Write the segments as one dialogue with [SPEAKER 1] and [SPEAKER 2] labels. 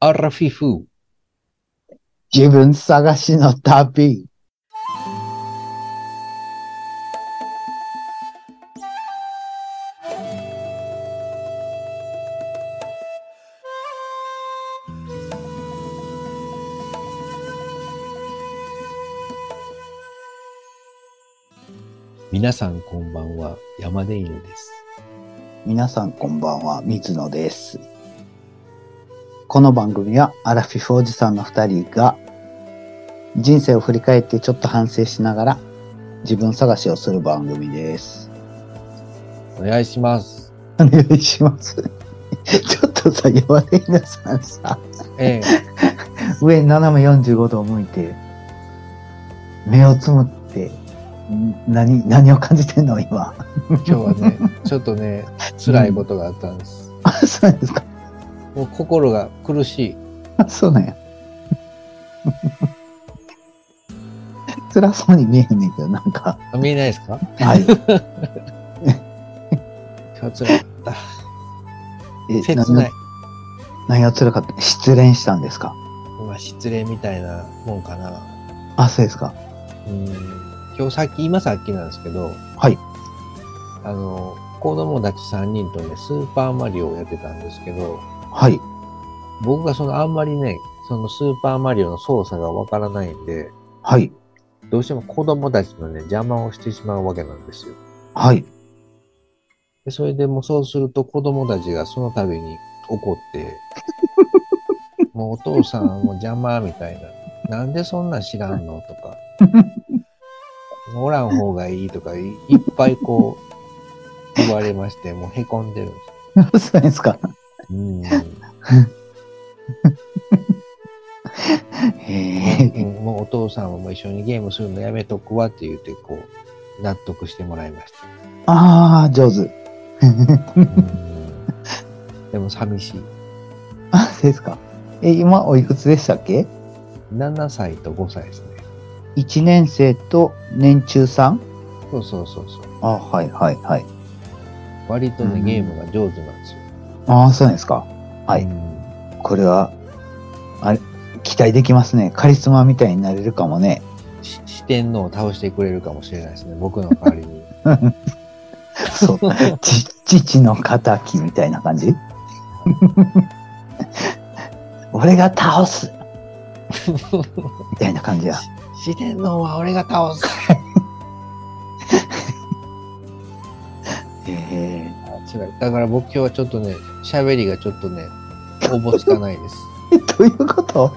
[SPEAKER 1] アラフィフ。
[SPEAKER 2] 自分探しの旅。
[SPEAKER 1] 皆さんこんばんは、山根犬です。
[SPEAKER 2] 皆さんこんばんは、水野です。この番組はアラフィフおじさんの二人が人生を振り返ってちょっと反省しながら自分探しをする番組です。
[SPEAKER 1] お願いします。
[SPEAKER 2] お願いします。ちょっとさ、弱い皆さんさ、
[SPEAKER 1] ええ
[SPEAKER 2] 上斜め45度を向いて、目をつむって、ん何、何を感じてんの今。
[SPEAKER 1] 今日は ね、ちょっとね、辛いことがあったんです。
[SPEAKER 2] あ、 そうなんですか。
[SPEAKER 1] もう心が苦しい。
[SPEAKER 2] あ、 そうなんや。辛そうに見えんねんけど、なんか。
[SPEAKER 1] あ見えないですか
[SPEAKER 2] はい。
[SPEAKER 1] 今日辛かっ
[SPEAKER 2] え
[SPEAKER 1] た。切ない。
[SPEAKER 2] 何が辛かった失恋したんですか
[SPEAKER 1] まあ失礼みたいなもんかな。
[SPEAKER 2] あ、そうですか。
[SPEAKER 1] うん。今日さっき、今さっきなんですけど、
[SPEAKER 2] はい。
[SPEAKER 1] あの、子供たち3人とね、スーパーマリオをやってたんですけど、
[SPEAKER 2] はい。
[SPEAKER 1] 僕がそのあんまりね、そのスーパーマリオの操作がわからないんで、
[SPEAKER 2] はい。
[SPEAKER 1] どうしても子供たちのね、邪魔をしてしまうわけなんですよ。
[SPEAKER 2] はい。
[SPEAKER 1] でそれでもうそうすると子供たちがその度に怒 って、もうお父さんもう邪魔みたいな。なんでそんなん知らんのとか、おらん方がいいとかい、いっぱいこう、言われまして、もうへこんでるんです。
[SPEAKER 2] そうなんですか。
[SPEAKER 1] うん。
[SPEAKER 2] へえ。
[SPEAKER 1] うんもうお父さんはもう一緒にゲームするのやめとくわって言って、こう、納得してもらいま した。
[SPEAKER 2] ああ、上手。
[SPEAKER 1] うんでも寂しい。
[SPEAKER 2] あ、そうですか。え、今、おいくつでしたっけ
[SPEAKER 1] 7歳と5歳ですね。
[SPEAKER 2] 一年生と年中さん
[SPEAKER 1] そうそうそうそう。
[SPEAKER 2] あ、はい、はい、はい。
[SPEAKER 1] 割とね、
[SPEAKER 2] うん
[SPEAKER 1] ゲームが上手なんですよ。
[SPEAKER 2] ああ、そうなんですか。はい
[SPEAKER 1] うん
[SPEAKER 2] これは、あれ、期待できますね。カリスマみたいになれるかもね。
[SPEAKER 1] し四天王を倒してくれるかもしれないですね。僕の代わりに。
[SPEAKER 2] そう。ち、父の仇みたいな感じ 俺が倒 すみたいな感じや。
[SPEAKER 1] 四天王は俺が倒す。
[SPEAKER 2] へえ。
[SPEAKER 1] あ違う。だから僕今日はちょっとね、喋りがちょっとね、おぼつかない です。
[SPEAKER 2] どういうこと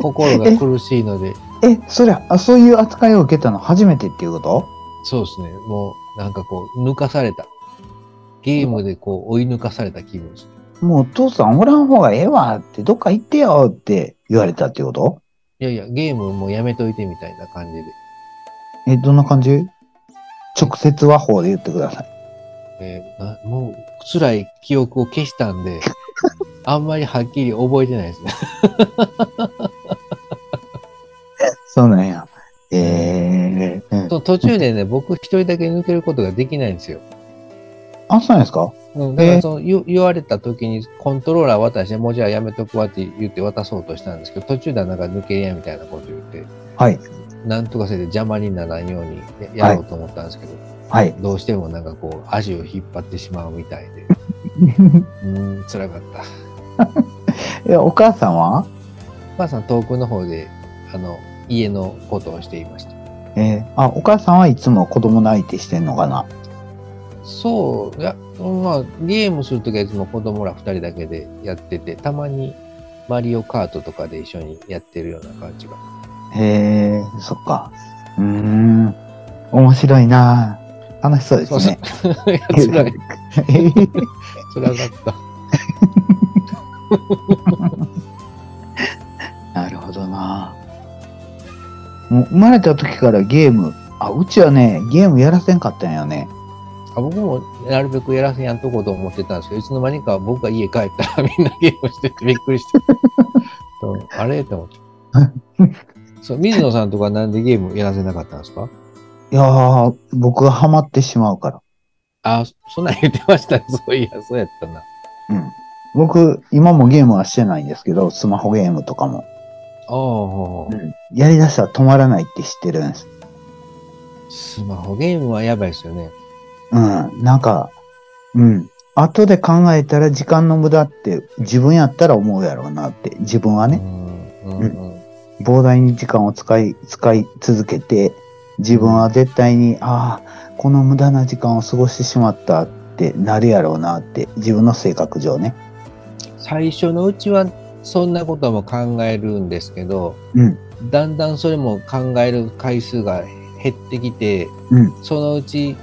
[SPEAKER 1] 心が苦しいので、
[SPEAKER 2] え、そりゃ、あそういう扱いを受けたの初めてっていうこと
[SPEAKER 1] そうですね。もう、なんかこう、抜かされた。ゲームでこう、追い抜かされた気分です。
[SPEAKER 2] もうお父さんおらん方がええわって、どっか行ってよって言われたっていうこと
[SPEAKER 1] いやいや、ゲームもうやめといてみたいな感じで。
[SPEAKER 2] え、どんな感じ直接和法で言ってください。
[SPEAKER 1] えーなもう、辛い記憶を消したん で、あんまりはっきり覚えてないですね。
[SPEAKER 2] そうなんや。ええうん
[SPEAKER 1] と途中でね、僕一人だけ抜けることができないんですよ。
[SPEAKER 2] あ、そうなんですか
[SPEAKER 1] うん、だからその、言言われた時にコントローラー渡して、もうじゃあやめとくわって言って渡そうとしたんですけど、途中ではなんか抜けやみたいなこと言って、
[SPEAKER 2] はい。
[SPEAKER 1] なんとかせいで邪魔にならんようにややろうと思ったんですけど、
[SPEAKER 2] はい。
[SPEAKER 1] どうしてもなんかこう、足を引っ張ってしまうみたいで、 うーん、辛かった。
[SPEAKER 2] え、お母さんは
[SPEAKER 1] お母さん遠くの方で、あの、家のことをしていました。
[SPEAKER 2] えーあ、お母さんはいつも子供の相手してんのかな
[SPEAKER 1] そう、いや、まあ、ゲームするときはいつも子供ら二人だけでやってて、たまにマリオカートとかで一緒にやってるような感じが。
[SPEAKER 2] へえ、そっか。うーん、面白いな楽しそうですね。
[SPEAKER 1] そうそういや辛い。辛かった。
[SPEAKER 2] なるほどなもう生まれた時からゲーム、あ、うちはね、ゲームやらせんかったんよね。
[SPEAKER 1] あ僕もなるべくやらせんやんとこと思ってたんですけど、いつの間にか僕が家帰ったらみんなゲームしててびっくり して。そうあれと思って。そう、水野さんとかなんでゲームやらせなかったんですか
[SPEAKER 2] いやー、僕がハマってしまうから。
[SPEAKER 1] あ、そんなん言ってましたね。そういや、そうやったな。
[SPEAKER 2] うん。僕、今もゲームはしてないんですけど、スマホゲームとかも。
[SPEAKER 1] ああ、
[SPEAKER 2] やり出したら止まらないって知ってるんです。
[SPEAKER 1] スマホゲームはやばいですよね。
[SPEAKER 2] うん。なんか、うん。後で考えたら時間の無駄って自分やったら思うやろうなって。自分は
[SPEAKER 1] う
[SPEAKER 2] ね、
[SPEAKER 1] んうんうん
[SPEAKER 2] 膨大に時間を使い、使い続けて、自分は絶対に、ああ、この無駄な時間を過ごしてしまったってなるやろうなって、自分の性格上ね。
[SPEAKER 1] 最初のうちはそんなことも考えるんですけど、
[SPEAKER 2] うん
[SPEAKER 1] だんだんそれも考える回数が減ってきて、
[SPEAKER 2] うん
[SPEAKER 1] そのうち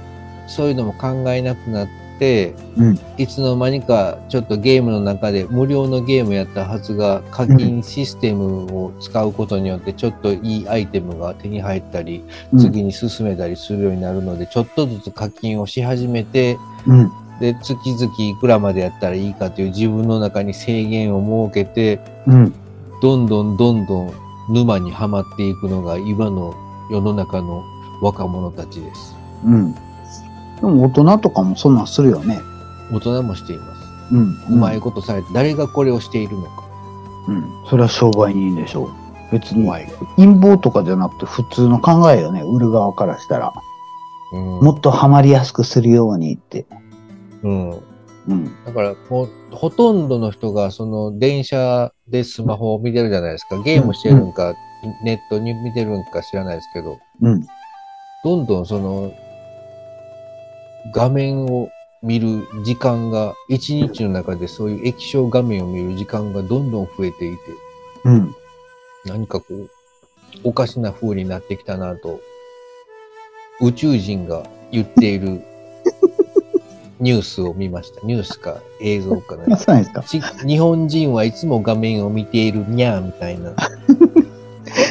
[SPEAKER 1] そういうのも考えなくなって、
[SPEAKER 2] うん
[SPEAKER 1] いつの間にかちょっとゲームの中で無料のゲームやったはずが課金システムを使うことによってちょっといいアイテムが手に入ったり、
[SPEAKER 2] うん
[SPEAKER 1] 次に進めたりするようになるので、ちょっとずつ課金をし始めて、
[SPEAKER 2] うん。
[SPEAKER 1] で、月々いくらまでやったらいいかという自分の中に制限を設けて、
[SPEAKER 2] うん。
[SPEAKER 1] どんどんどんどん沼にはまっていくのが今の世の中の若者たちです。
[SPEAKER 2] うん。でも大人とかもそんなんするよね。
[SPEAKER 1] 大人もしています。
[SPEAKER 2] うん。
[SPEAKER 1] うまいことされて、誰がこれをしているのか。
[SPEAKER 2] うん。それは商売人でしょう。別
[SPEAKER 1] う
[SPEAKER 2] に
[SPEAKER 1] まいこ
[SPEAKER 2] 陰謀とかじゃなくて普通の考えよね。売る側からしたら。
[SPEAKER 1] と。
[SPEAKER 2] もっとハマりやすくするようにって。
[SPEAKER 1] うん。うん
[SPEAKER 2] うん。
[SPEAKER 1] だからほ、ほとんどの人が、その、電車でスマホを見てるじゃないですか。ゲームしてるんか、ネットに見てるんか知らないですけど、
[SPEAKER 2] うん。
[SPEAKER 1] どんどんその、画面を見る時間が、一日の中でそういう液晶画面を見る時間がどんどん増えていて、
[SPEAKER 2] うん。
[SPEAKER 1] 何かこう、おかしな風になってきたなと、宇宙人が言ってい るニュースを見ました。ニュースか映像かな
[SPEAKER 2] あ、。そうなんですか。
[SPEAKER 1] ち日本人はいつも画面を見ているにゃーみたい な、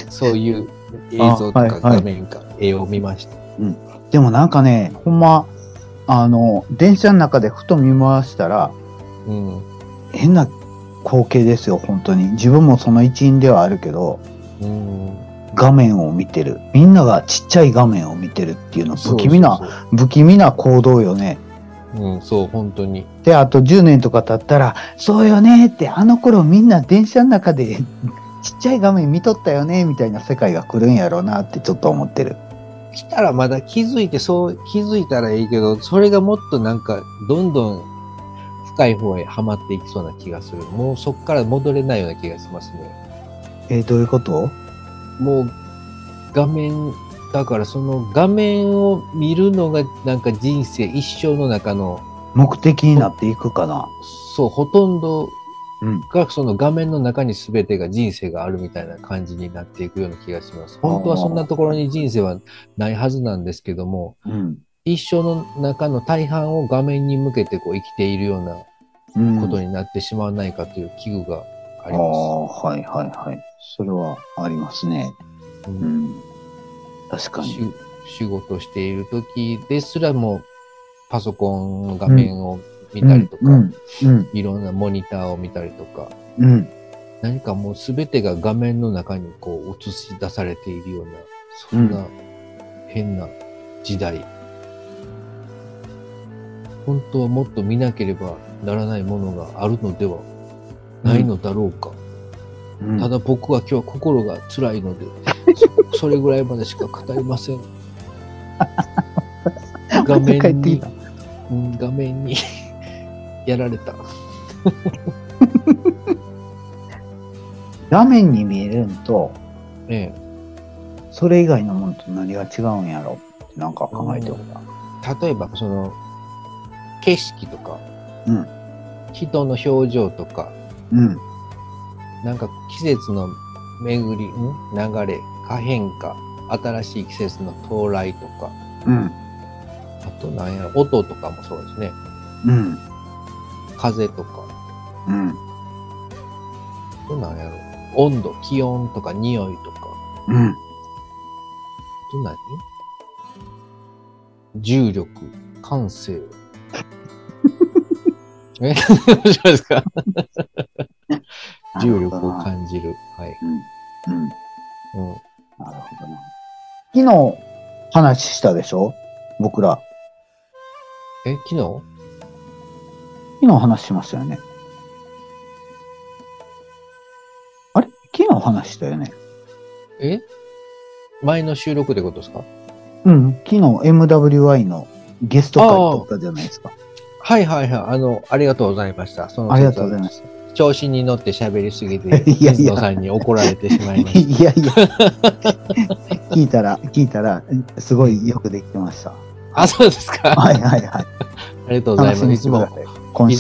[SPEAKER 1] そういう映像と
[SPEAKER 2] あはい
[SPEAKER 1] か
[SPEAKER 2] はい
[SPEAKER 1] 画面か絵を見ました。
[SPEAKER 2] でもなんかね、ほんま、あの、電車の中でふと見回したら、
[SPEAKER 1] うん
[SPEAKER 2] 変な光景ですよ、本当に。自分もその一員ではあるけど、
[SPEAKER 1] うん
[SPEAKER 2] 画面を見てる。みんながちっちゃい画面を見てるっていうの、不気味な、
[SPEAKER 1] そうそう
[SPEAKER 2] 不気味な行動よね。
[SPEAKER 1] そううん、そう、本当に。
[SPEAKER 2] で、あと10年とか経ったら、そうよねって、あの頃みんな電車の中で ちっちゃい画面見とったよねみたいな世界が来るんやろうなってちょっと思ってる。
[SPEAKER 1] 来たらまだ気づいて、そう、気づいたらいいけど、それがもっとなんか、どんどん深い方へはまっていきそうな気がする。もうそこから戻れないような気がしますね。
[SPEAKER 2] えーどういうこと
[SPEAKER 1] もう、画面、だからその画面を見るのが、なんか人生一生の中の、
[SPEAKER 2] 目的になっていくかな。
[SPEAKER 1] そう、ほとんど
[SPEAKER 2] うん
[SPEAKER 1] がその画面の中に全てが人生があるみたいな感じになっていくような気がします。本当はそんなところに人生はないはずなんですけども、
[SPEAKER 2] うん。
[SPEAKER 1] 一生の中の大半を画面に向けてこう生きているような
[SPEAKER 2] うん、
[SPEAKER 1] ことになってしまわないかという危惧があ
[SPEAKER 2] あ
[SPEAKER 1] り
[SPEAKER 2] り
[SPEAKER 1] ま
[SPEAKER 2] ます。はいはいはい。それはありますね。
[SPEAKER 1] す。う
[SPEAKER 2] うんん。確か
[SPEAKER 1] し
[SPEAKER 2] に。
[SPEAKER 1] ゅ仕事している時ですらもパソコンの画面を見たりとか、
[SPEAKER 2] うん。うん。
[SPEAKER 1] いろんなモニターを見たりとか、
[SPEAKER 2] うん。
[SPEAKER 1] 何かもう全てが画面の中にこう映し出されているような、そん
[SPEAKER 2] う
[SPEAKER 1] な変な時代。本当はもっと見なければならないものがあるのではないのだろうか。
[SPEAKER 2] うん
[SPEAKER 1] ただ僕は今日は心が辛いの で、そそれぐらいまでしか語りません。画面
[SPEAKER 2] 帰っていい
[SPEAKER 1] に
[SPEAKER 2] な、
[SPEAKER 1] うん画面に やられた。
[SPEAKER 2] 画面に見えるんと、
[SPEAKER 1] ええ
[SPEAKER 2] それ以外のものと何が違うんやろってなんか考えておった。
[SPEAKER 1] 例えばその景色とか、
[SPEAKER 2] うん
[SPEAKER 1] 人の表情とか
[SPEAKER 2] うん。
[SPEAKER 1] なんか季節の巡りん流れ可変化新しい季節の到来とか
[SPEAKER 2] うん。
[SPEAKER 1] あとなんやろ音とかもそうですね
[SPEAKER 2] うん。
[SPEAKER 1] 風とか
[SPEAKER 2] うん。
[SPEAKER 1] あとなんやろ温度気温とか匂いとかあ
[SPEAKER 2] うん。
[SPEAKER 1] と何重力感 性え 面白いですか重力を
[SPEAKER 2] なる
[SPEAKER 1] 感じる。はい。
[SPEAKER 2] ほどなうん。うん。
[SPEAKER 1] うん
[SPEAKER 2] なるほどな。昨日話したでしょ僕ら。
[SPEAKER 1] え、昨日
[SPEAKER 2] 昨日話しましたよね。話だよね。
[SPEAKER 1] え前の収録でことですか
[SPEAKER 2] うん、昨日 MWI のゲスト会撮ったじゃないですか。
[SPEAKER 1] はいはいはい。あの、ありがとうございました。その
[SPEAKER 2] ありがとうございまし
[SPEAKER 1] 調子に乗って喋りすぎて、
[SPEAKER 2] いやいや
[SPEAKER 1] 水野さんに怒られてしま
[SPEAKER 2] た。
[SPEAKER 1] いまし
[SPEAKER 2] いやいや、聞いたら、聞いたら、すごいよくできてました。
[SPEAKER 1] た。あ、そうですか。
[SPEAKER 2] はいはいはい。
[SPEAKER 1] ありがとうござい
[SPEAKER 2] 楽し
[SPEAKER 1] ま
[SPEAKER 2] み
[SPEAKER 1] す。
[SPEAKER 2] に
[SPEAKER 1] い
[SPEAKER 2] し
[SPEAKER 1] つ
[SPEAKER 2] てくだ
[SPEAKER 1] も、
[SPEAKER 2] さい。今
[SPEAKER 1] いつ
[SPEAKER 2] 週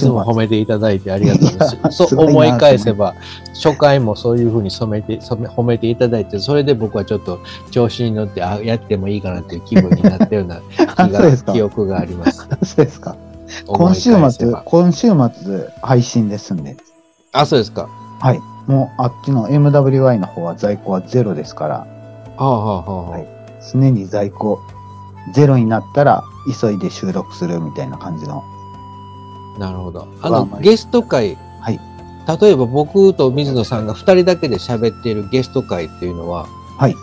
[SPEAKER 2] 末。
[SPEAKER 1] も褒めていただいてありがとうござい
[SPEAKER 2] いや
[SPEAKER 1] ます。そ
[SPEAKER 2] す
[SPEAKER 1] う
[SPEAKER 2] ごいな
[SPEAKER 1] 思い返せば、初回もそういうふうに染めて、染め褒めていただいて、それで僕はちょっと調子に乗って、あ、やってもいいかなっていう気分になったような
[SPEAKER 2] あ
[SPEAKER 1] 気
[SPEAKER 2] そうで
[SPEAKER 1] が、
[SPEAKER 2] すか
[SPEAKER 1] 記。憶があります。
[SPEAKER 2] そうですか。
[SPEAKER 1] 思
[SPEAKER 2] 今
[SPEAKER 1] い
[SPEAKER 2] 週
[SPEAKER 1] 返せ
[SPEAKER 2] 末
[SPEAKER 1] ば、
[SPEAKER 2] 今週末配信ですんで。
[SPEAKER 1] あ、そうですか。
[SPEAKER 2] はい。もうあっちの MWI の方は在庫はゼロですから、
[SPEAKER 1] はあはあはあ、は
[SPEAKER 2] はい
[SPEAKER 1] い、
[SPEAKER 2] 常に在庫ゼロになったら急いで収録するみたいな感じの。
[SPEAKER 1] なるほど。あ
[SPEAKER 2] まあ
[SPEAKER 1] の、
[SPEAKER 2] まあ
[SPEAKER 1] ゲスト会、
[SPEAKER 2] はい
[SPEAKER 1] 例えば僕と水野さんが2人だけで喋っているゲスト会っていうのは、
[SPEAKER 2] はい。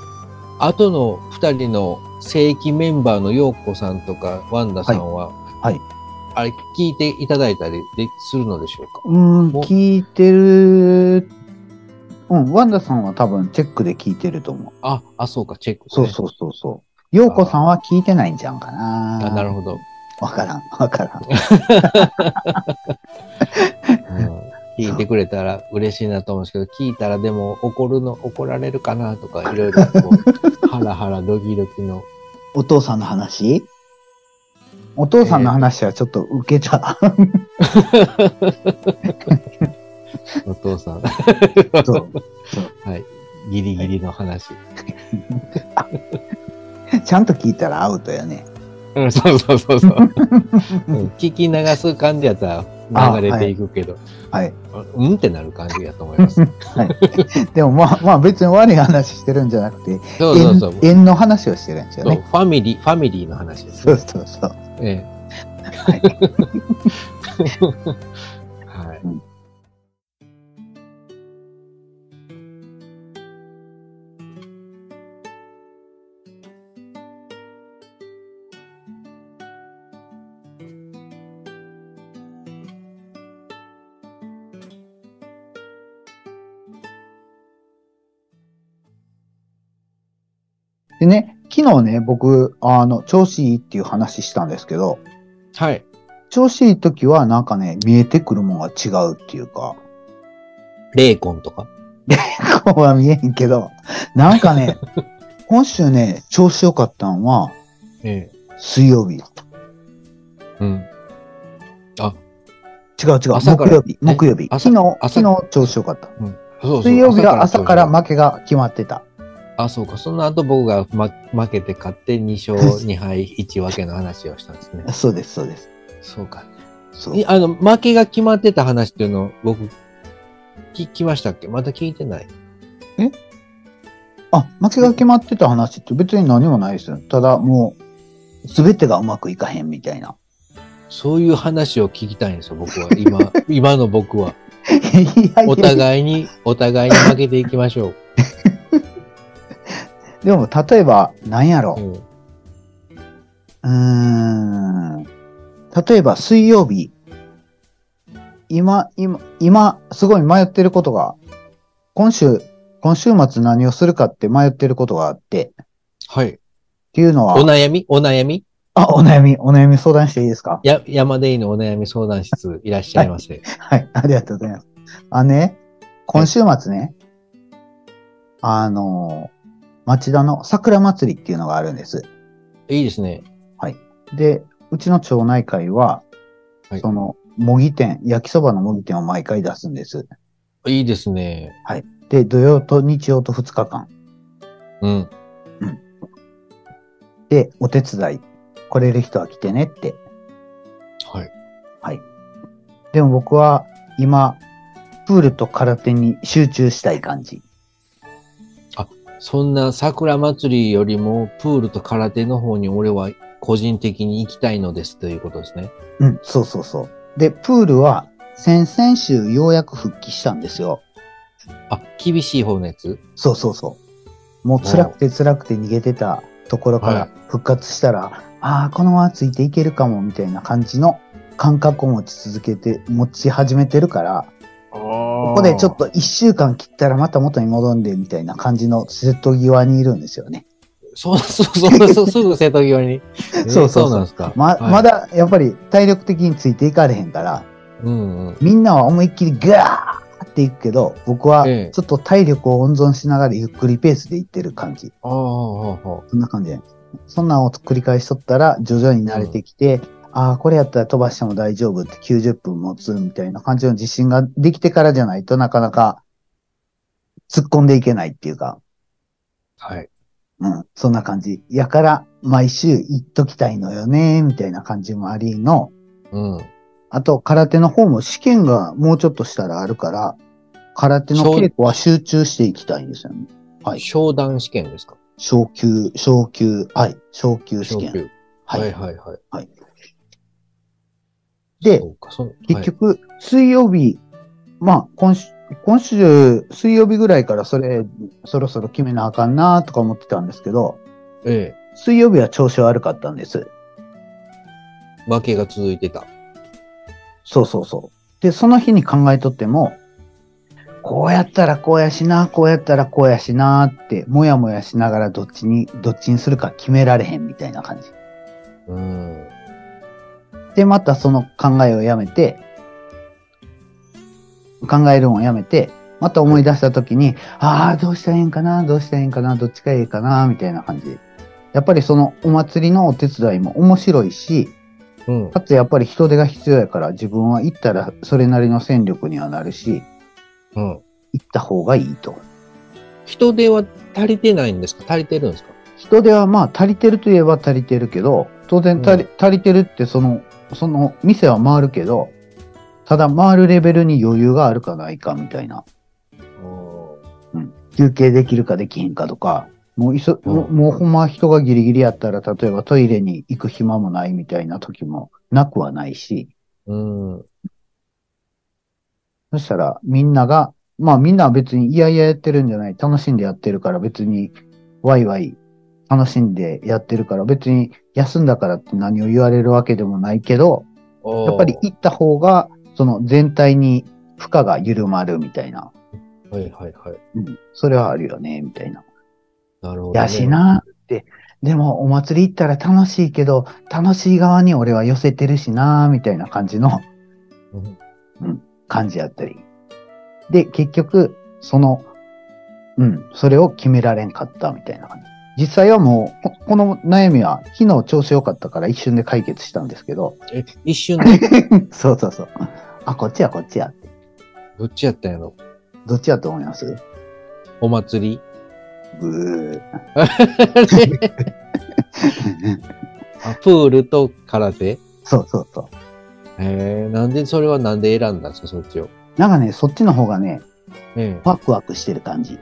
[SPEAKER 1] 後の2人の正規メンバーの陽子さんとかワンダさんは、
[SPEAKER 2] はいはい
[SPEAKER 1] あれ聞いていただいたりでするのでしょうか
[SPEAKER 2] うーん、
[SPEAKER 1] お
[SPEAKER 2] 聞いてる。うん、ワンダさんは多分チェックで聞いてると思う。
[SPEAKER 1] あ、あ、そうか、チェック、ね。
[SPEAKER 2] そうそうそうそう。ようこさんは聞いてないんじゃんかな。
[SPEAKER 1] あなるほど、
[SPEAKER 2] わからん、わからん。
[SPEAKER 1] うん聞いてくれたら嬉しいなと思うんですけど、聞いたらでも怒るの、怒られるかなとか、いろいろこう、ハラハラドキドキの。
[SPEAKER 2] お父さんの 話お父さんの話はちょっと受けた。
[SPEAKER 1] お父さ ん。
[SPEAKER 2] そう
[SPEAKER 1] はい。ギリギリの話。
[SPEAKER 2] ちゃんと聞いたらアウトやね。
[SPEAKER 1] うん、そうそうそう そう、うん聞き流す感じやったら流れていくけど、
[SPEAKER 2] はい。
[SPEAKER 1] うんってなる感じやと思い ます。
[SPEAKER 2] はい、でもまあまあ別に悪い話してるんじゃなくて、
[SPEAKER 1] そうそうそう。
[SPEAKER 2] 縁縁の話をしてるんですよ
[SPEAKER 1] そう
[SPEAKER 2] ね。
[SPEAKER 1] ファミリー、ファミリーの話です
[SPEAKER 2] そう
[SPEAKER 1] ね。
[SPEAKER 2] そうそう。
[SPEAKER 1] え
[SPEAKER 2] はい
[SPEAKER 1] えはい
[SPEAKER 2] うん。でね、昨日ね、僕、あの、調子いいっていう話したんですけど、
[SPEAKER 1] はい。
[SPEAKER 2] 調子いい時はなんかね、見えてくるもんが違うっていうか、
[SPEAKER 1] 霊魂とか。
[SPEAKER 2] ここは見えへんけど、なんか ね、今週ね、調子良かったんは、
[SPEAKER 1] ええ。
[SPEAKER 2] 水曜日。違う
[SPEAKER 1] うん。
[SPEAKER 2] 違う、
[SPEAKER 1] 朝から
[SPEAKER 2] 木曜日、
[SPEAKER 1] ね
[SPEAKER 2] 木曜日。昨
[SPEAKER 1] 朝
[SPEAKER 2] 日、
[SPEAKER 1] 朝
[SPEAKER 2] 昨日調子良かった。
[SPEAKER 1] そうそう
[SPEAKER 2] 水曜日は朝から負けが決まってた。
[SPEAKER 1] あ、そうか。その後僕が、ま、負けて勝って2勝2敗1分けの話をしたんですね。
[SPEAKER 2] そうです、そうです。
[SPEAKER 1] そうか。
[SPEAKER 2] そう
[SPEAKER 1] いあの、負けが決まってた話っていうのを僕、聞きましたっけまた聞いてない。
[SPEAKER 2] あ、負けが決まってた話って別に何もないですよ。ただもう、すべてがうまくいかへんみたいな。
[SPEAKER 1] そういう話を聞きたいんですよ、僕は。今、今の僕は。
[SPEAKER 2] いやい
[SPEAKER 1] お
[SPEAKER 2] や
[SPEAKER 1] 互いに、お互いに負けていきましょう。
[SPEAKER 2] でも、例えば、なんやろ
[SPEAKER 1] う
[SPEAKER 2] う。
[SPEAKER 1] ん、
[SPEAKER 2] うーん。例えば、水曜日。今、今、今、すごい迷ってることが、今週、今週末何をするかって迷ってることがあって、っ
[SPEAKER 1] はい。
[SPEAKER 2] ていうの
[SPEAKER 1] お
[SPEAKER 2] は、
[SPEAKER 1] 悩みお悩み
[SPEAKER 2] あ、お悩み、お悩み相談していいですか
[SPEAKER 1] や、山でいいのお悩み相談室いらっしゃいませ。
[SPEAKER 2] はい、ありがとうございます。あね、今週末ね、あのー、町田の桜祭りっていうのがあるんです。
[SPEAKER 1] い、いですね。
[SPEAKER 2] で、うちの町内会は、
[SPEAKER 1] はい
[SPEAKER 2] その、模擬店、焼きそばの模擬店を毎回出すんです。
[SPEAKER 1] いいですね。
[SPEAKER 2] で、土曜と日曜と2日間。
[SPEAKER 1] うん。
[SPEAKER 2] で、お手伝い、来れる人は来てねって。
[SPEAKER 1] はい。
[SPEAKER 2] はい。でも僕は、今、プールと空手に集中したい感じ。
[SPEAKER 1] そんな桜祭りよりも、プールと空手の方に俺は個人的に行きたいのですということですね。
[SPEAKER 2] うん、そうそうそう。で、プールは、先々週ようやく復帰したんですよ。
[SPEAKER 1] あ、厳しい方のやつ
[SPEAKER 2] そうそうそう。もう辛くて辛くて逃げてたところか
[SPEAKER 1] は
[SPEAKER 2] ら
[SPEAKER 1] い
[SPEAKER 2] 復活したら、ああ、このままついていけるかも、みたいな感じの感覚を持ち続けて、持ち始めてるから、
[SPEAKER 1] あ
[SPEAKER 2] ここでちょっと一週間切ったらまた元に戻んで、みたいな感じの瀬戸際にいるんですよね。
[SPEAKER 1] そうそうそう、そうすぐ瀬戸際に。え
[SPEAKER 2] そうそうそう
[SPEAKER 1] なんですか。
[SPEAKER 2] ま、
[SPEAKER 1] はい
[SPEAKER 2] ま、だやっぱり体力的についていかれへんから、
[SPEAKER 1] うんうん。
[SPEAKER 2] みんなは思いっきりガーっていくけど、僕は
[SPEAKER 1] ええ
[SPEAKER 2] ちょっと体力を温存しながらゆっくりペースでいってる感じ。
[SPEAKER 1] ああ、ああ、ああ。
[SPEAKER 2] そんな感じで。そんなんを繰り返しとったら、徐々に慣れてきて、ああ、これやったら飛ばしても大丈夫って90分持つみたいな感じの自信ができてからじゃないとなかなか突っ込んでいけないっていうか、
[SPEAKER 1] はい。
[SPEAKER 2] うん、そんな感じ。やから、毎週行っときたいのよね、みたいな感じもありの、
[SPEAKER 1] うん。
[SPEAKER 2] あと、空手の方も試験がもうちょっとしたらあるから、空手の稽古は集中していきたいんですよね。はい
[SPEAKER 1] 商談試験ですか
[SPEAKER 2] 昇級、昇級、はい、昇級試
[SPEAKER 1] 昇
[SPEAKER 2] 験。
[SPEAKER 1] 級。
[SPEAKER 2] はい。
[SPEAKER 1] はいはいはい。
[SPEAKER 2] はいで
[SPEAKER 1] そうか、その
[SPEAKER 2] 結、局、水曜日、まあ、今週、今週、水曜日ぐらいからそれ、そろそろ決めなあかんなとか思ってたんですけど、
[SPEAKER 1] はいえ
[SPEAKER 2] 水曜日は調子悪かったんです。
[SPEAKER 1] え、負けが続いてた。
[SPEAKER 2] そうそうそう。で、その日に考えとっても、こうやったらこうやしな、こうやったらこうやしなって、もやもやしながらどっちに、どっちにするか決められへんみたいな感じ。
[SPEAKER 1] うん。
[SPEAKER 2] で、またその考えをやめて、考えるのをやめて、また思い出した時に、ああ、どうしたらいいんかな、どうしたらいいんかな、どっちがいいかな、みたいな感じ。やっぱりそのお祭りのお手伝いも面白いし、
[SPEAKER 1] うん。
[SPEAKER 2] かつやっぱり人手が必要やから自分は行ったらそれなりの戦力にはなるし、
[SPEAKER 1] うん。
[SPEAKER 2] 行った方がいいと。
[SPEAKER 1] 人手は足りてないんですか足りてるんですか
[SPEAKER 2] 人手はまあ足りてるといえば足りてるけど、当然足り,、
[SPEAKER 1] う
[SPEAKER 2] 足りてるってその、その店は回るけど、ただ回るレベルに余裕があるかないかみたいな。休憩できるかできへんかとか、もういそ、
[SPEAKER 1] うん
[SPEAKER 2] もうもうほんま人がギリギリやったら、例えばトイレに行く暇もないみたいな時もなくはないし、
[SPEAKER 1] うん。
[SPEAKER 2] そしたらみんなが、まあみんなは別にいやいややってるんじゃない、楽しんでやってるから別にワイワイ楽しんでやってるから別に休んだからって何を言われるわけでもないけど、やっぱり行った方がその全体に負荷が緩まるみたい
[SPEAKER 1] あー。
[SPEAKER 2] な。
[SPEAKER 1] はいはいはい。
[SPEAKER 2] うん。それはあるよね、みたいな。
[SPEAKER 1] なるほど、ね。
[SPEAKER 2] やし。なって。でもお祭り行ったら楽しいけど、楽しい側に俺は寄せてるしなみたいな感じの
[SPEAKER 1] うん。
[SPEAKER 2] 感じやったり。で、結局、その、うん、それを決められんかったみたいな感じ。実際はもう、ここの悩みは昨日調子良かったから一瞬で解決したんですけど、
[SPEAKER 1] え、一瞬で、
[SPEAKER 2] そうそうそう。あ、こっちやこっちやって。
[SPEAKER 1] どっちやったんやろ
[SPEAKER 2] どっちやと思います
[SPEAKER 1] お祭り
[SPEAKER 2] ブ
[SPEAKER 1] あ
[SPEAKER 2] ー。
[SPEAKER 1] プールと空手
[SPEAKER 2] そうそうそう。
[SPEAKER 1] えー、なんで、それはなんで選んだんですかそっちを。
[SPEAKER 2] なんかね、そっちの方がね、
[SPEAKER 1] ええ。
[SPEAKER 2] ワクワクしてる感じ。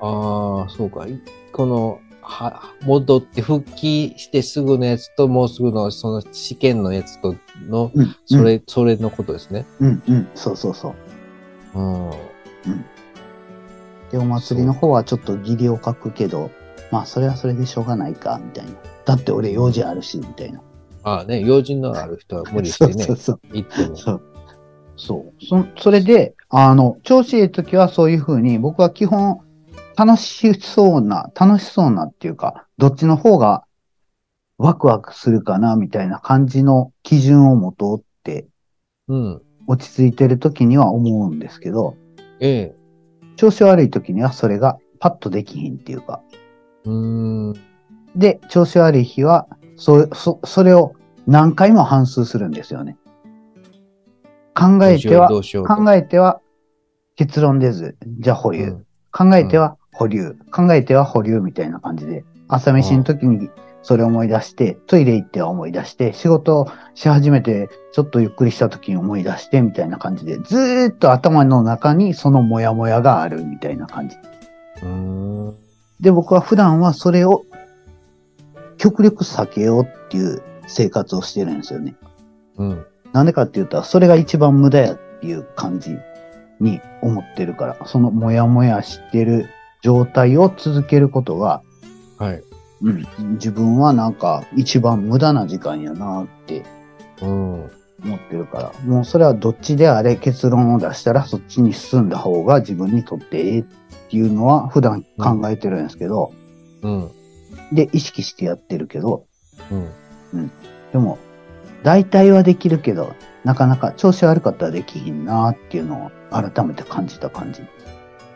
[SPEAKER 1] ああ、そうか。いこの、は、戻って復帰してすぐのやつと、もうすぐの、その試験のやつとの、
[SPEAKER 2] うん。
[SPEAKER 1] それ、それのことですね。
[SPEAKER 2] うん、うん、うん。そうそうそう。
[SPEAKER 1] うん。
[SPEAKER 2] で、お祭りの方はちょっと義理を書くけど、まあ、それはそれでしょうがないか、みたいな。だって俺用事あるし、みたいな。
[SPEAKER 1] まあね、用心のある人は無理してね
[SPEAKER 2] そう、そう
[SPEAKER 1] 行っても。
[SPEAKER 2] そう。そう。そ、それで、あの、調子いい時はそういうふうに、僕は基本、楽しそうな、楽しそうなっていうか、どっちの方がワクワクするかな、みたいな感じの基準を持とうって、
[SPEAKER 1] うん。
[SPEAKER 2] 落ち着いてる時には思うんですけど、
[SPEAKER 1] ええ。
[SPEAKER 2] 調子悪い時にはそれがパッとできひんっていうか、
[SPEAKER 1] うーん。
[SPEAKER 2] で、調子悪い日は、そ、そ、それを何回も反数するんですよね。考
[SPEAKER 1] ど
[SPEAKER 2] え
[SPEAKER 1] うしてよう、
[SPEAKER 2] は
[SPEAKER 1] ど、うしようと。
[SPEAKER 2] 考えては結論出ず、じゃあ保留。
[SPEAKER 1] うん
[SPEAKER 2] 考えては保留。考えては保留みたいな感じで、朝飯の時にそれ思い出して、トイレ行っては思い出して、仕事をし始めて、ちょっとゆっくりした時に思い出して、みたいな感じで、ずーっと頭の中にそのモヤモヤがあるみたいな感じ。
[SPEAKER 1] うーん。
[SPEAKER 2] で、僕は普段はそれを極力避けようっていう生活をしてるんですよね。
[SPEAKER 1] うん。
[SPEAKER 2] なんでかって言ったら、それが一番無駄やっていう感じに思ってるから、そのモヤモヤしてる状態を続けることが、
[SPEAKER 1] はい。
[SPEAKER 2] うん、自分はなんか一番無駄な時間やなって
[SPEAKER 1] うん。
[SPEAKER 2] 思ってるから、もうそれはどっちであれ結論を出したらそっちに進んだ方が自分にとってええっていうのは普段考えてるんですけど、
[SPEAKER 1] うん。
[SPEAKER 2] で、意識してやってるけど、
[SPEAKER 1] うん。
[SPEAKER 2] でも、大体はできるけど、なかなか調子悪かったらできひんなーっていうのを改めて感じた感じ。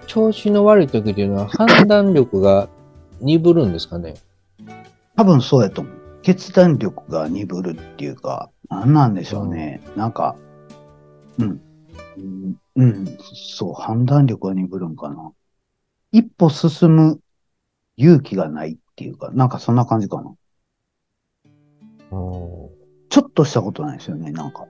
[SPEAKER 1] 調子の悪い時っていうのは判断力が鈍るんですかね。
[SPEAKER 2] 多分そうやと思う。決断力が鈍るっていうか、なんなんでしょうね。なんか、うん。うんうん、そう、判断力が鈍るんかな。一歩進む勇気がないっていうか、なんかそんな感じかな。
[SPEAKER 1] うん。
[SPEAKER 2] ちょっとしたことないですよね、なんか。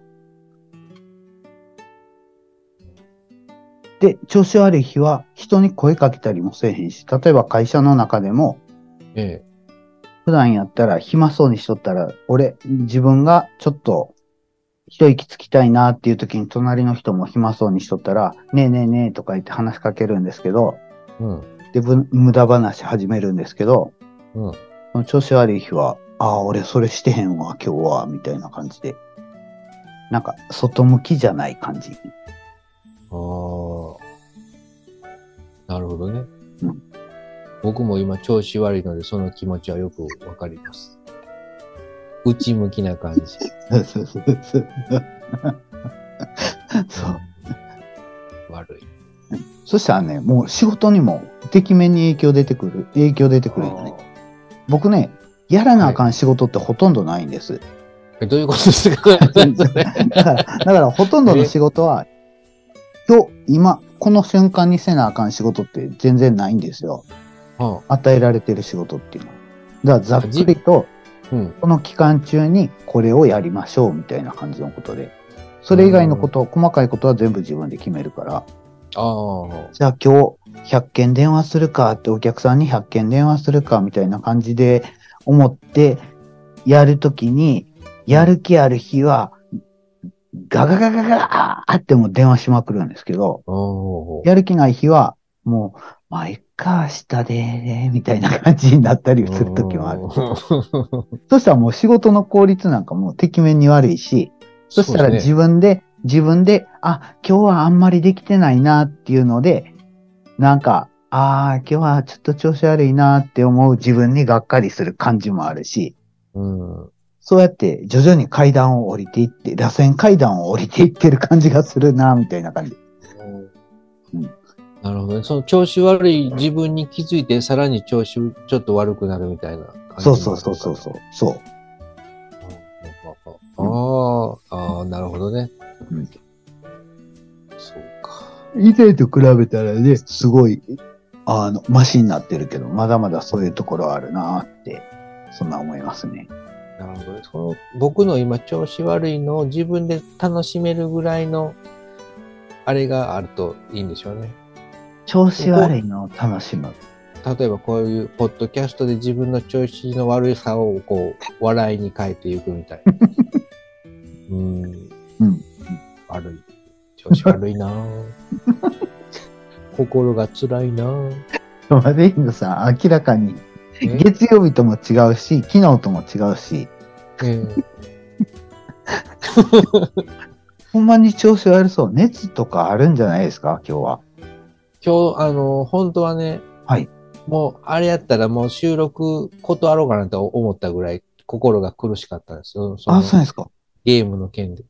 [SPEAKER 2] で、調子悪い日は人に声かけたりもせえへんし、例えば会社の中でも、
[SPEAKER 1] ええ。
[SPEAKER 2] 普段やったら暇そうにしとったら、俺、自分がちょっと一息つきたいなっていう時に隣の人も暇そうにしとったら、ねえねえねえとか言って話しかけるんですけど、
[SPEAKER 1] うん。
[SPEAKER 2] で、ぶ無駄話始めるんですけど、
[SPEAKER 1] うん。
[SPEAKER 2] その調子悪い日は、ああ、俺それしてへんわ、今日は、みたいな感じで。なんか、外向きじゃない感じ。
[SPEAKER 1] ああ。なるほどね。
[SPEAKER 2] うん
[SPEAKER 1] 僕も今調子悪いので、その気持ちはよくわかります。内向きな感じ。
[SPEAKER 2] そうそうそうそう。そう。
[SPEAKER 1] 悪い。
[SPEAKER 2] そしたらね、もう仕事にも、てきめんに影響出てくる、影響出てくるよね。僕ね、やらなあかん仕事ってほとんどないんです。
[SPEAKER 1] えどういうことですか
[SPEAKER 2] だから、だからほとんどの仕事は、今日、今、この瞬間にせなあかん仕事って全然ないんですよ。
[SPEAKER 1] は
[SPEAKER 2] 与えられてる仕事っていうのは。だからざっくりと、
[SPEAKER 1] あうん。
[SPEAKER 2] この期間中にこれをやりましょうみたいな感じのことで。それ以外のこと、細かいことは全部自分で決めるから。
[SPEAKER 1] ああ。
[SPEAKER 2] じゃあ今日100件電話するかってお客さんに100件電話するかみたいな感じで思ってやるときに、やる気ある日は、ガガガガガーってもう電話しまくるんですけど、
[SPEAKER 1] おー
[SPEAKER 2] やる気ない日は、もう、まあ、いっか、明日でね、みたいな感じになったりするときもある。そしたらもう仕事の効率なんかもうてきめんに悪いし、そしたら
[SPEAKER 1] うですね
[SPEAKER 2] 自分で、自分で、あ、今日はあんまりできてないなっていうので、なんか、ああ、今日はちょっと調子悪いなって思う自分にがっかりする感じもあるし、
[SPEAKER 1] うん。
[SPEAKER 2] そうやって徐々に階段を降りていって、螺旋階段を降りていってる感じがするな、みたいな感じ。うん
[SPEAKER 1] なるほどね。その調子悪い自分に気づいて、さらに調子ちょっと悪くなるみたいな感じ
[SPEAKER 2] そうそうそうそうそう。そ
[SPEAKER 1] う
[SPEAKER 2] う。
[SPEAKER 1] んああ、ああ、なるほどね。
[SPEAKER 2] うん
[SPEAKER 1] そうか。
[SPEAKER 2] 以前と比べたらね、すごい、あの、マシになってるけど、まだまだそういうところはあるなって、そんな思いますね。
[SPEAKER 1] なるほどね。その僕の今調子悪いのを自分で楽しめるぐらいの、あれがあるといいんでしょうね。
[SPEAKER 2] 調子悪いのを楽しむ。
[SPEAKER 1] 例えばこういうポッドキャストで自分の調子の悪さをこう笑いに変えていくみた いな。うん。
[SPEAKER 2] うん。
[SPEAKER 1] 悪い。調子悪いな ぁ心が辛いなぁ
[SPEAKER 2] マレインドさん、明らかに、
[SPEAKER 1] ね
[SPEAKER 2] 月曜日とも違うし、昨日とも違うし、
[SPEAKER 1] え
[SPEAKER 2] ほんまに調子悪そう。熱とかあるんじゃないですか今日は。
[SPEAKER 1] え今日、あの、本当はね、
[SPEAKER 2] はい
[SPEAKER 1] もう、あれやったらもう収録断ろうかなと思ったぐらい心が苦しかったんですよ。その
[SPEAKER 2] あ、そうなんですか
[SPEAKER 1] ゲームの件で。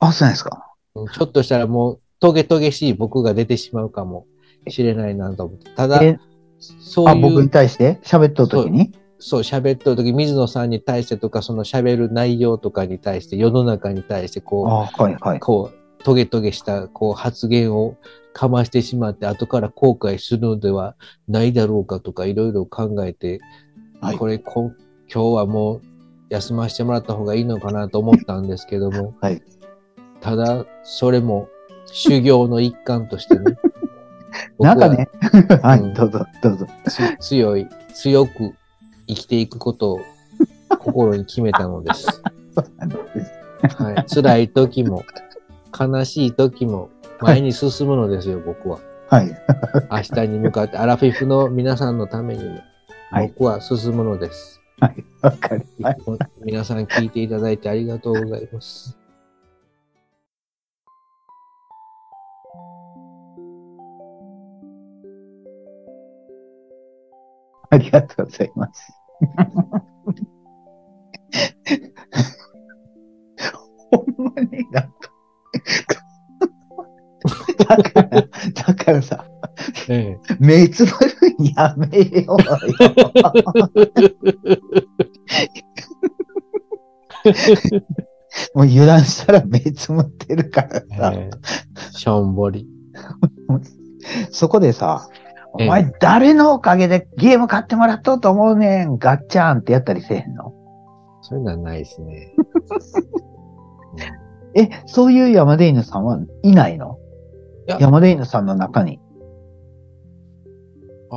[SPEAKER 2] あ、そうなんですか
[SPEAKER 1] うんちょっとしたらもう、トゲトゲしい僕が出てしまうかもしれないなと思って。ただ、
[SPEAKER 2] え
[SPEAKER 1] そう
[SPEAKER 2] あ、
[SPEAKER 1] い
[SPEAKER 2] 僕に
[SPEAKER 1] う、
[SPEAKER 2] 対して喋っとる時に
[SPEAKER 1] そう、喋った時、水野さんに対してとか、その喋る内容とかに対して、世の中に対して、
[SPEAKER 2] あ、
[SPEAKER 1] こ
[SPEAKER 2] はいは
[SPEAKER 1] う、
[SPEAKER 2] い。
[SPEAKER 1] こう、トゲトゲした、こう、発言をかましてしまって、後から後悔するのではないだろうかとか、いろいろ考えて、
[SPEAKER 2] はい
[SPEAKER 1] これこ、今日はもう休ませてもらった方がいいのかなと思ったんですけども、
[SPEAKER 2] はい
[SPEAKER 1] ただ、それも修行の一環として ね、僕は
[SPEAKER 2] なんかね、 は
[SPEAKER 1] うん
[SPEAKER 2] い、どうぞ、どうぞ。
[SPEAKER 1] つ強い、強く生きていくことを心に決めたの です。
[SPEAKER 2] あの
[SPEAKER 1] はい、辛い時も、悲しい時も、前に進むのですよ、僕は。
[SPEAKER 2] はい。
[SPEAKER 1] 明日に向かって、アラフィフの皆さんのためにも、
[SPEAKER 2] はい
[SPEAKER 1] 僕は進むのです。
[SPEAKER 2] はい。わかりました
[SPEAKER 1] 皆さん聞いていただいてありがとうございます。
[SPEAKER 2] ありがとうございます。ほんまになんか。だから、だからさ、
[SPEAKER 1] ええ。
[SPEAKER 2] 目つぶるんやめようよ。もう油断したら目つむってるからさ、
[SPEAKER 1] ええしょんぼり。
[SPEAKER 2] そこでさ、お
[SPEAKER 1] ええ
[SPEAKER 2] 前誰のおかげでゲーム買ってもらっとうと思うねん、ガッチャンってやったりせえへんの
[SPEAKER 1] そういうのはないですね。
[SPEAKER 2] え、そういう山出犬さんはいないの
[SPEAKER 1] いや
[SPEAKER 2] 山出犬さんの中に。
[SPEAKER 1] あ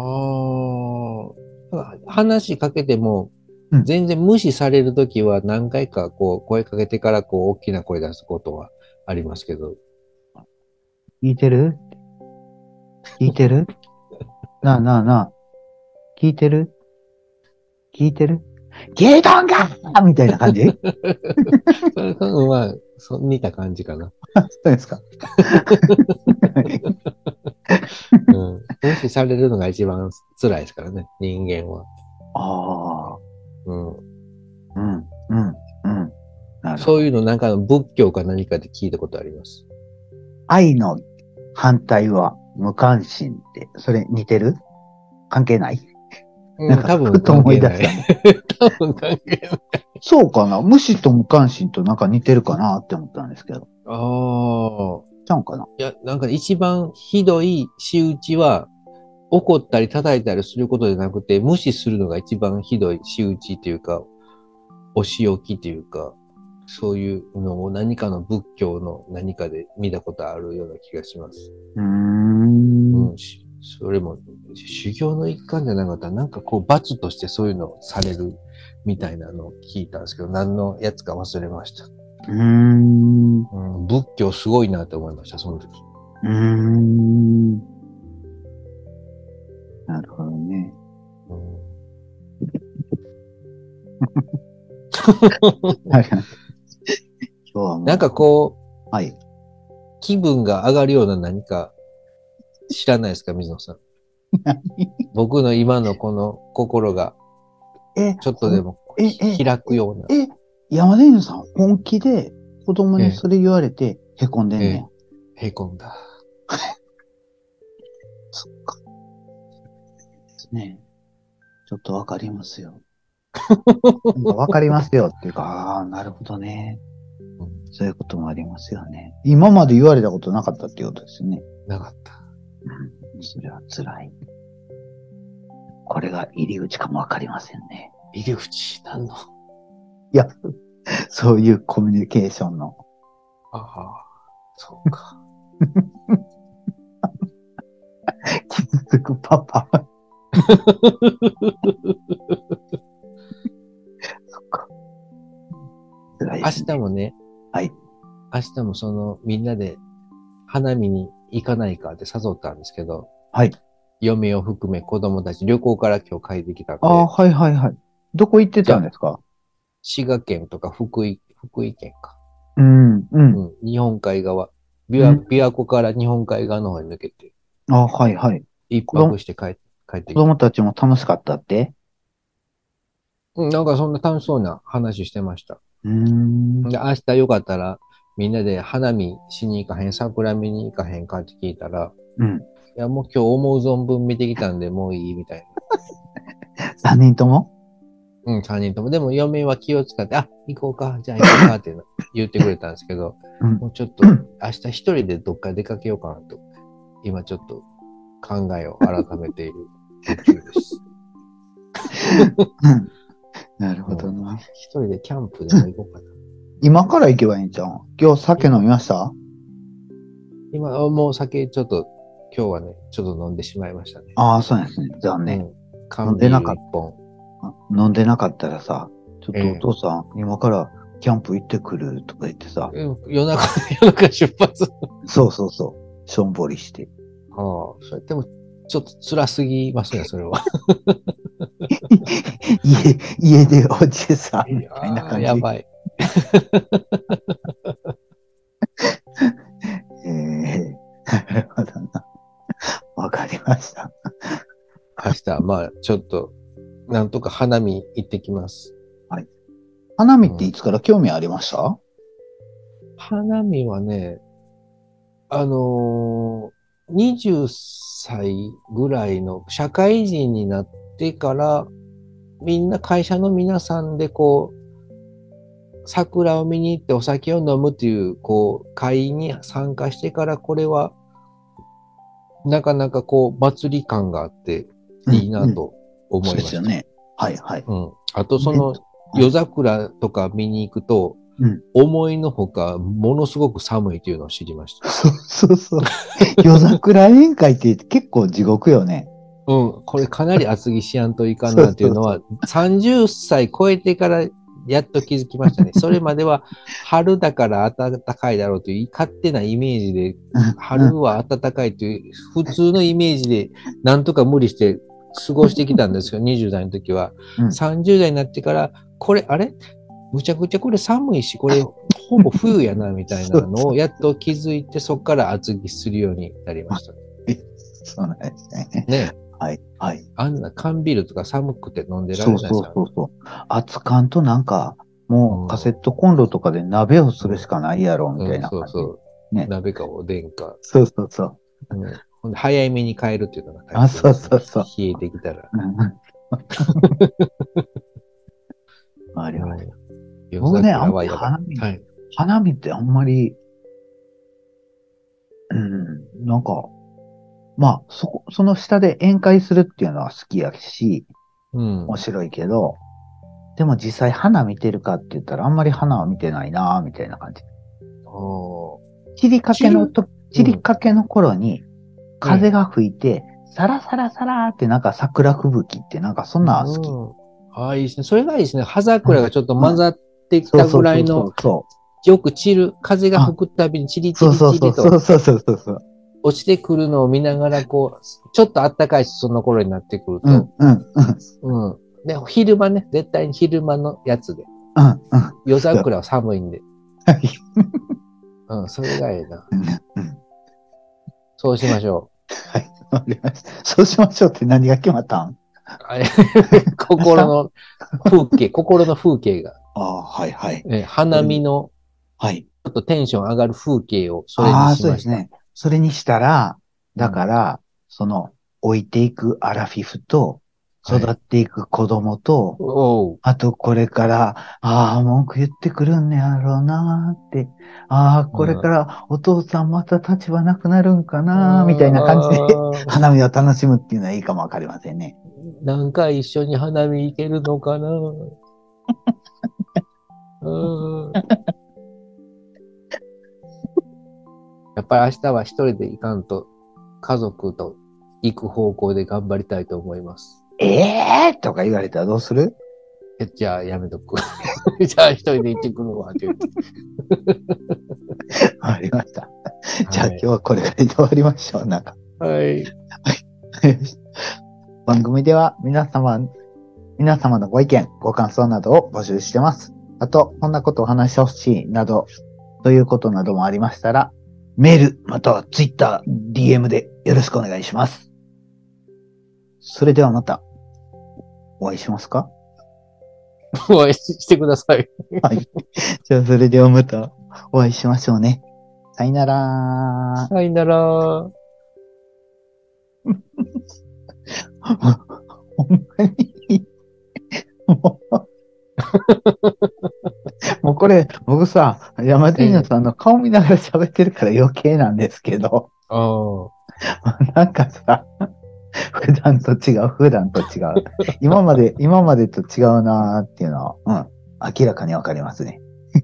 [SPEAKER 1] あ。話しかけても
[SPEAKER 2] うん、
[SPEAKER 1] 全然無視されるときは何回かこう声かけてからこう大きな声出すことはありますけど、
[SPEAKER 2] 聞いてる聞いて るなあなあなあ。聞いてる聞いてる聞いとんかみたいな感じそ
[SPEAKER 1] それ多分まあ、そ似た感じかな。
[SPEAKER 2] うですか
[SPEAKER 1] うん。無視されるのが一番辛いですからね、人間は。
[SPEAKER 2] ああ。
[SPEAKER 1] うん。
[SPEAKER 2] うん、うん、うん。なるほど。
[SPEAKER 1] そういうのなんか仏教か何かで聞いたことあります。
[SPEAKER 2] 愛の反対は無関心って、それ似てる関係ない
[SPEAKER 1] うん
[SPEAKER 2] なんか
[SPEAKER 1] 多分
[SPEAKER 2] ふと
[SPEAKER 1] 関
[SPEAKER 2] 思
[SPEAKER 1] 係
[SPEAKER 2] い出
[SPEAKER 1] な
[SPEAKER 2] し
[SPEAKER 1] い。 多分関係ない。
[SPEAKER 2] そうかな無視と無関心となんか似てるかなって思ったんですけど。
[SPEAKER 1] ああ。
[SPEAKER 2] ちゃうんかない
[SPEAKER 1] や、なんか一番ひどい仕打ちは、怒ったり叩いたりすることじゃなくて、無視するのが一番ひどい仕打ちというか、お仕置きというか、そういうのを何かの仏教の何かで見たことあるような気がします。
[SPEAKER 2] うー。
[SPEAKER 1] うんん、しそれも修行の一環じゃなかったら、なんかこう罰としてそういうのをされるみたいなのを聞いたんですけど、何のやつか忘れました。
[SPEAKER 2] うーん。う
[SPEAKER 1] うん、仏教すごいなって思いました、その時。
[SPEAKER 2] ーん。なるほどね。
[SPEAKER 1] うん
[SPEAKER 2] はい今日はもう
[SPEAKER 1] なんかこう、
[SPEAKER 2] はい。
[SPEAKER 1] 気分が上がるような何か知らないですか、水野さん。僕の今のこの心が
[SPEAKER 2] え、
[SPEAKER 1] ちょっとでも
[SPEAKER 2] ええ
[SPEAKER 1] 開くような。
[SPEAKER 2] え、山田犬さん本気で子供にそれ言われてへこんでんねん。
[SPEAKER 1] ええへこんだ。
[SPEAKER 2] そっか。ねちょっとわかりますよ。なんかわかりますよっていうか、 ああ、なるほどね。
[SPEAKER 1] うん
[SPEAKER 2] そういうこともありますよね。今まで言われたことなかったっていうことですよね。
[SPEAKER 1] なかった。
[SPEAKER 2] それは辛い。これが入り口かもわかりませんね。
[SPEAKER 1] 入り口なんの。
[SPEAKER 2] そういうコミュニケーション の。
[SPEAKER 1] ああ、そうか。
[SPEAKER 2] 傷つくパパ。そっか。辛いで
[SPEAKER 1] 明
[SPEAKER 2] すね
[SPEAKER 1] 日もね、
[SPEAKER 2] はい。
[SPEAKER 1] 明日もそのみんなで花見に行かないかって誘ったんですけど、
[SPEAKER 2] はい。
[SPEAKER 1] 嫁を含め子供たち旅行から今日帰ってきたんで、
[SPEAKER 2] ああー、はいはいはい。どこ行ってたんですか
[SPEAKER 1] 滋賀県とか福井、福井県か。
[SPEAKER 2] うん、うん。
[SPEAKER 1] うん、日本海側。琵琶
[SPEAKER 2] うん
[SPEAKER 1] 琵琶湖から日本海側の方に抜けて、
[SPEAKER 2] あはいはい。
[SPEAKER 1] 一泊して帰帰って
[SPEAKER 2] 子
[SPEAKER 1] きた。
[SPEAKER 2] 供たちも楽しかったって
[SPEAKER 1] うんなんかそんな楽しそうな話してました。
[SPEAKER 2] うーん。
[SPEAKER 1] で、明日よかったら、みんなで花見しに行かへん、桜見に行かへんかって聞いたら、
[SPEAKER 2] うん。
[SPEAKER 1] いや、もう今日思う存分見てきたんで、もういいみたいな。
[SPEAKER 2] 3人とも
[SPEAKER 1] うん、3人とも。でも、嫁は気を使って、あ、行こうか、じゃあ行こうかってな言ってくれたんですけど、
[SPEAKER 2] うん
[SPEAKER 1] もうちょっと、明日一人でどっか出かけようかなと、今ちょっと考えを改めている途中です。
[SPEAKER 2] うん。なるほどな。
[SPEAKER 1] 一人でキャンプでも行こうかな。
[SPEAKER 2] 今から行けばいいんじゃん。今日酒飲みました
[SPEAKER 1] 今、あもう酒ちょっと、今日はね、ちょっと飲んでしまいましたね。
[SPEAKER 2] ああ、そうなんですね。残念。
[SPEAKER 1] うん。缶ビール一本。
[SPEAKER 2] 飲んでなかったらさ、ちょ
[SPEAKER 1] え
[SPEAKER 2] っ
[SPEAKER 1] え
[SPEAKER 2] とお父さん、今からキャンプ行ってくるとか言ってさ、
[SPEAKER 1] うん夜中、 夜中出発。
[SPEAKER 2] そうそうそう、しょんぼりして。
[SPEAKER 1] あ あ、それでも、ちょっと辛すぎますね、それは。
[SPEAKER 2] 家、家でおじさん
[SPEAKER 1] い
[SPEAKER 2] み
[SPEAKER 1] や
[SPEAKER 2] たいな
[SPEAKER 1] ー
[SPEAKER 2] 感じ。
[SPEAKER 1] やばい。
[SPEAKER 2] ええ なるほどな。わかりました。
[SPEAKER 1] 明日、まあ、ちょっと、なんとか花見行ってきます。
[SPEAKER 2] 花見っていつから興味ありました、
[SPEAKER 1] 花見はね、あのー20歳ぐらいの社会人になってから、みんな会社の皆さんでこう、桜を見に行ってお酒を飲むっていう、こう、会に参加してから、これは、なかなかこう、祭り感があって、いいなと思
[SPEAKER 2] そ
[SPEAKER 1] い
[SPEAKER 2] う
[SPEAKER 1] ま
[SPEAKER 2] で
[SPEAKER 1] し
[SPEAKER 2] す
[SPEAKER 1] た。
[SPEAKER 2] よね。はいはい。
[SPEAKER 1] うん。あと、その、夜桜とか見に行くと、
[SPEAKER 2] うん
[SPEAKER 1] 思いのほか、ものすごく寒いというのを知りました。
[SPEAKER 2] そうそうそう。夜桜宴会って結構地獄よね。
[SPEAKER 1] うん。これかなり厚着しやんといかんなっていうのは、30歳超えてからやっと気づきましたね。それまでは、春だから暖かいだろうという勝手なイメージで、春は暖かいという普通のイメージで、なんとか無理して過ごしてきたんですけど、20代の時は。
[SPEAKER 2] うん
[SPEAKER 1] 30代になってから、これ、あれむちゃくちゃこれ寒いし、これほぼ冬やな、みたい なのをやっと気づいて、そこから厚着するようになりました。
[SPEAKER 2] そうなんです ね。
[SPEAKER 1] ね
[SPEAKER 2] はいはい。
[SPEAKER 1] あんな缶ビールとか寒くて飲んでられ
[SPEAKER 2] そ
[SPEAKER 1] な
[SPEAKER 2] う
[SPEAKER 1] いじ
[SPEAKER 2] そ
[SPEAKER 1] ゃないです
[SPEAKER 2] う
[SPEAKER 1] か。
[SPEAKER 2] そうそう。熱燗となんか、もうカセットコンロとかで鍋をするしかないやろ、みたいな
[SPEAKER 1] そ
[SPEAKER 2] 感
[SPEAKER 1] う
[SPEAKER 2] じ。
[SPEAKER 1] そう。
[SPEAKER 2] ね
[SPEAKER 1] 鍋かおでんか。
[SPEAKER 2] そうそう そう。
[SPEAKER 1] うんほんで早めに帰るっていうのが
[SPEAKER 2] あそうそうそう
[SPEAKER 1] 冷えてきたら。
[SPEAKER 2] うんあります。
[SPEAKER 1] 夜
[SPEAKER 2] 僕ね、あ
[SPEAKER 1] 桜
[SPEAKER 2] んま
[SPEAKER 1] は
[SPEAKER 2] り
[SPEAKER 1] やばい
[SPEAKER 2] 花見、
[SPEAKER 1] はい。
[SPEAKER 2] 花見ってあんまり、うん、なんか、まあ、そこ、その下で宴会するっていうのは好きやし、
[SPEAKER 1] うん。
[SPEAKER 2] 面白いけど、でも実際花見てるかって言ったらあんまり花は見てないなみたいな感じ。
[SPEAKER 1] お
[SPEAKER 2] 散りかけのと、散りかけの頃に、風が吹いて、サラサラサラーってなんか桜吹雪ってなんかそんなん好き。
[SPEAKER 1] き。ああ、いいですね。それがいいですね。葉桜がちょっと混ざってきたぐらいの、
[SPEAKER 2] そ
[SPEAKER 1] よく散る、風が吹くたびにチリチリ
[SPEAKER 2] う
[SPEAKER 1] チ
[SPEAKER 2] そうそ
[SPEAKER 1] リ
[SPEAKER 2] うそ
[SPEAKER 1] と
[SPEAKER 2] うそうそうそうそう。
[SPEAKER 1] 落ちてくるのを見ながら、こう、ちょっと暖かいし、その頃になってくる
[SPEAKER 2] うん
[SPEAKER 1] と。
[SPEAKER 2] うんうん
[SPEAKER 1] うん。で、昼間ね、絶対に昼間のやつで。
[SPEAKER 2] うんうん。
[SPEAKER 1] 夜桜は寒い んで。
[SPEAKER 2] はい
[SPEAKER 1] うん、それがいいな。
[SPEAKER 2] うんうん
[SPEAKER 1] そうしましょ
[SPEAKER 2] はい。わかりました。そうしましょうって何が決まったん
[SPEAKER 1] う。あれ 心の風景、心の風景が、
[SPEAKER 2] ああ、はいはい。
[SPEAKER 1] え花見の
[SPEAKER 2] はい。
[SPEAKER 1] ちょっとテンション上がる風景をそれに
[SPEAKER 2] ああ、
[SPEAKER 1] し
[SPEAKER 2] そう
[SPEAKER 1] ま
[SPEAKER 2] で
[SPEAKER 1] し
[SPEAKER 2] す
[SPEAKER 1] た。
[SPEAKER 2] ね。それにしたら、だから、その、置いていくアラフィフと、
[SPEAKER 1] はい
[SPEAKER 2] 育っていく子供と、
[SPEAKER 1] おう。
[SPEAKER 2] あとこれから、ああ、文句言ってくるんやろうなーって、ああ、これからお父さんまた立場なくなるんかなー、みたいな感じで、
[SPEAKER 1] あー
[SPEAKER 2] 花見を楽しむっていうのはいいかもわかりませんね。
[SPEAKER 1] 何回一緒に花見行けるの かなうーん。やっぱり明日は一人で行かんと、家族と行く方向で頑張りたいと思います。
[SPEAKER 2] ええー、とか言われたらどうする
[SPEAKER 1] えじゃあやめと く。 じゃあ一人で行ってくるわ、って言って。
[SPEAKER 2] わかりました。じゃあ
[SPEAKER 1] は
[SPEAKER 2] 今
[SPEAKER 1] い
[SPEAKER 2] 日はこれぐらいで終わりましょう。なんか。
[SPEAKER 1] はい。
[SPEAKER 2] 番組では皆様、皆様のご意見、ご感想などを募集してます。あと、こんなことを話してほしいなど、ということなどもありましたら、メール、またはツイッター、DM でよろしくお願いします。それではまた、お会いしますか
[SPEAKER 1] お会いしてください。
[SPEAKER 2] はい。じゃあ、それではまた、お会いしましょうね。さよなら。
[SPEAKER 1] さよなら。
[SPEAKER 2] ほんまに。もうもうこれ、僕さ、山田犬さんの顔見ながら喋ってるから余計なんですけど、
[SPEAKER 1] ああ。
[SPEAKER 2] なんかさ、普段と違う、普段と違う。今まで、今までと違うなーっていうのは、うん、明らかにわかりますね。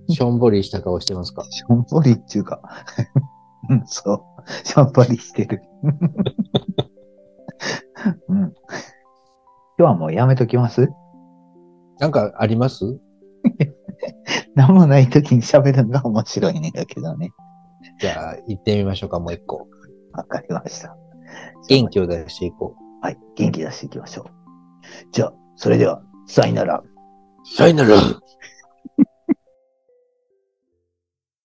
[SPEAKER 1] しょんぼりした顔してますか
[SPEAKER 2] しょんぼりっていうか、うん、そう、しょんぼりしてる。うん、今日はもうやめときます
[SPEAKER 1] なんかあります
[SPEAKER 2] 何もない時に喋るのが面白いねだけどね。
[SPEAKER 1] じゃあ行ってみましょうか、もう一個。
[SPEAKER 2] わかりました。
[SPEAKER 1] 元気を出していこ
[SPEAKER 2] はい。元気出していきましょう。じゃあ、それでは、さよなら。
[SPEAKER 1] う。さよなら。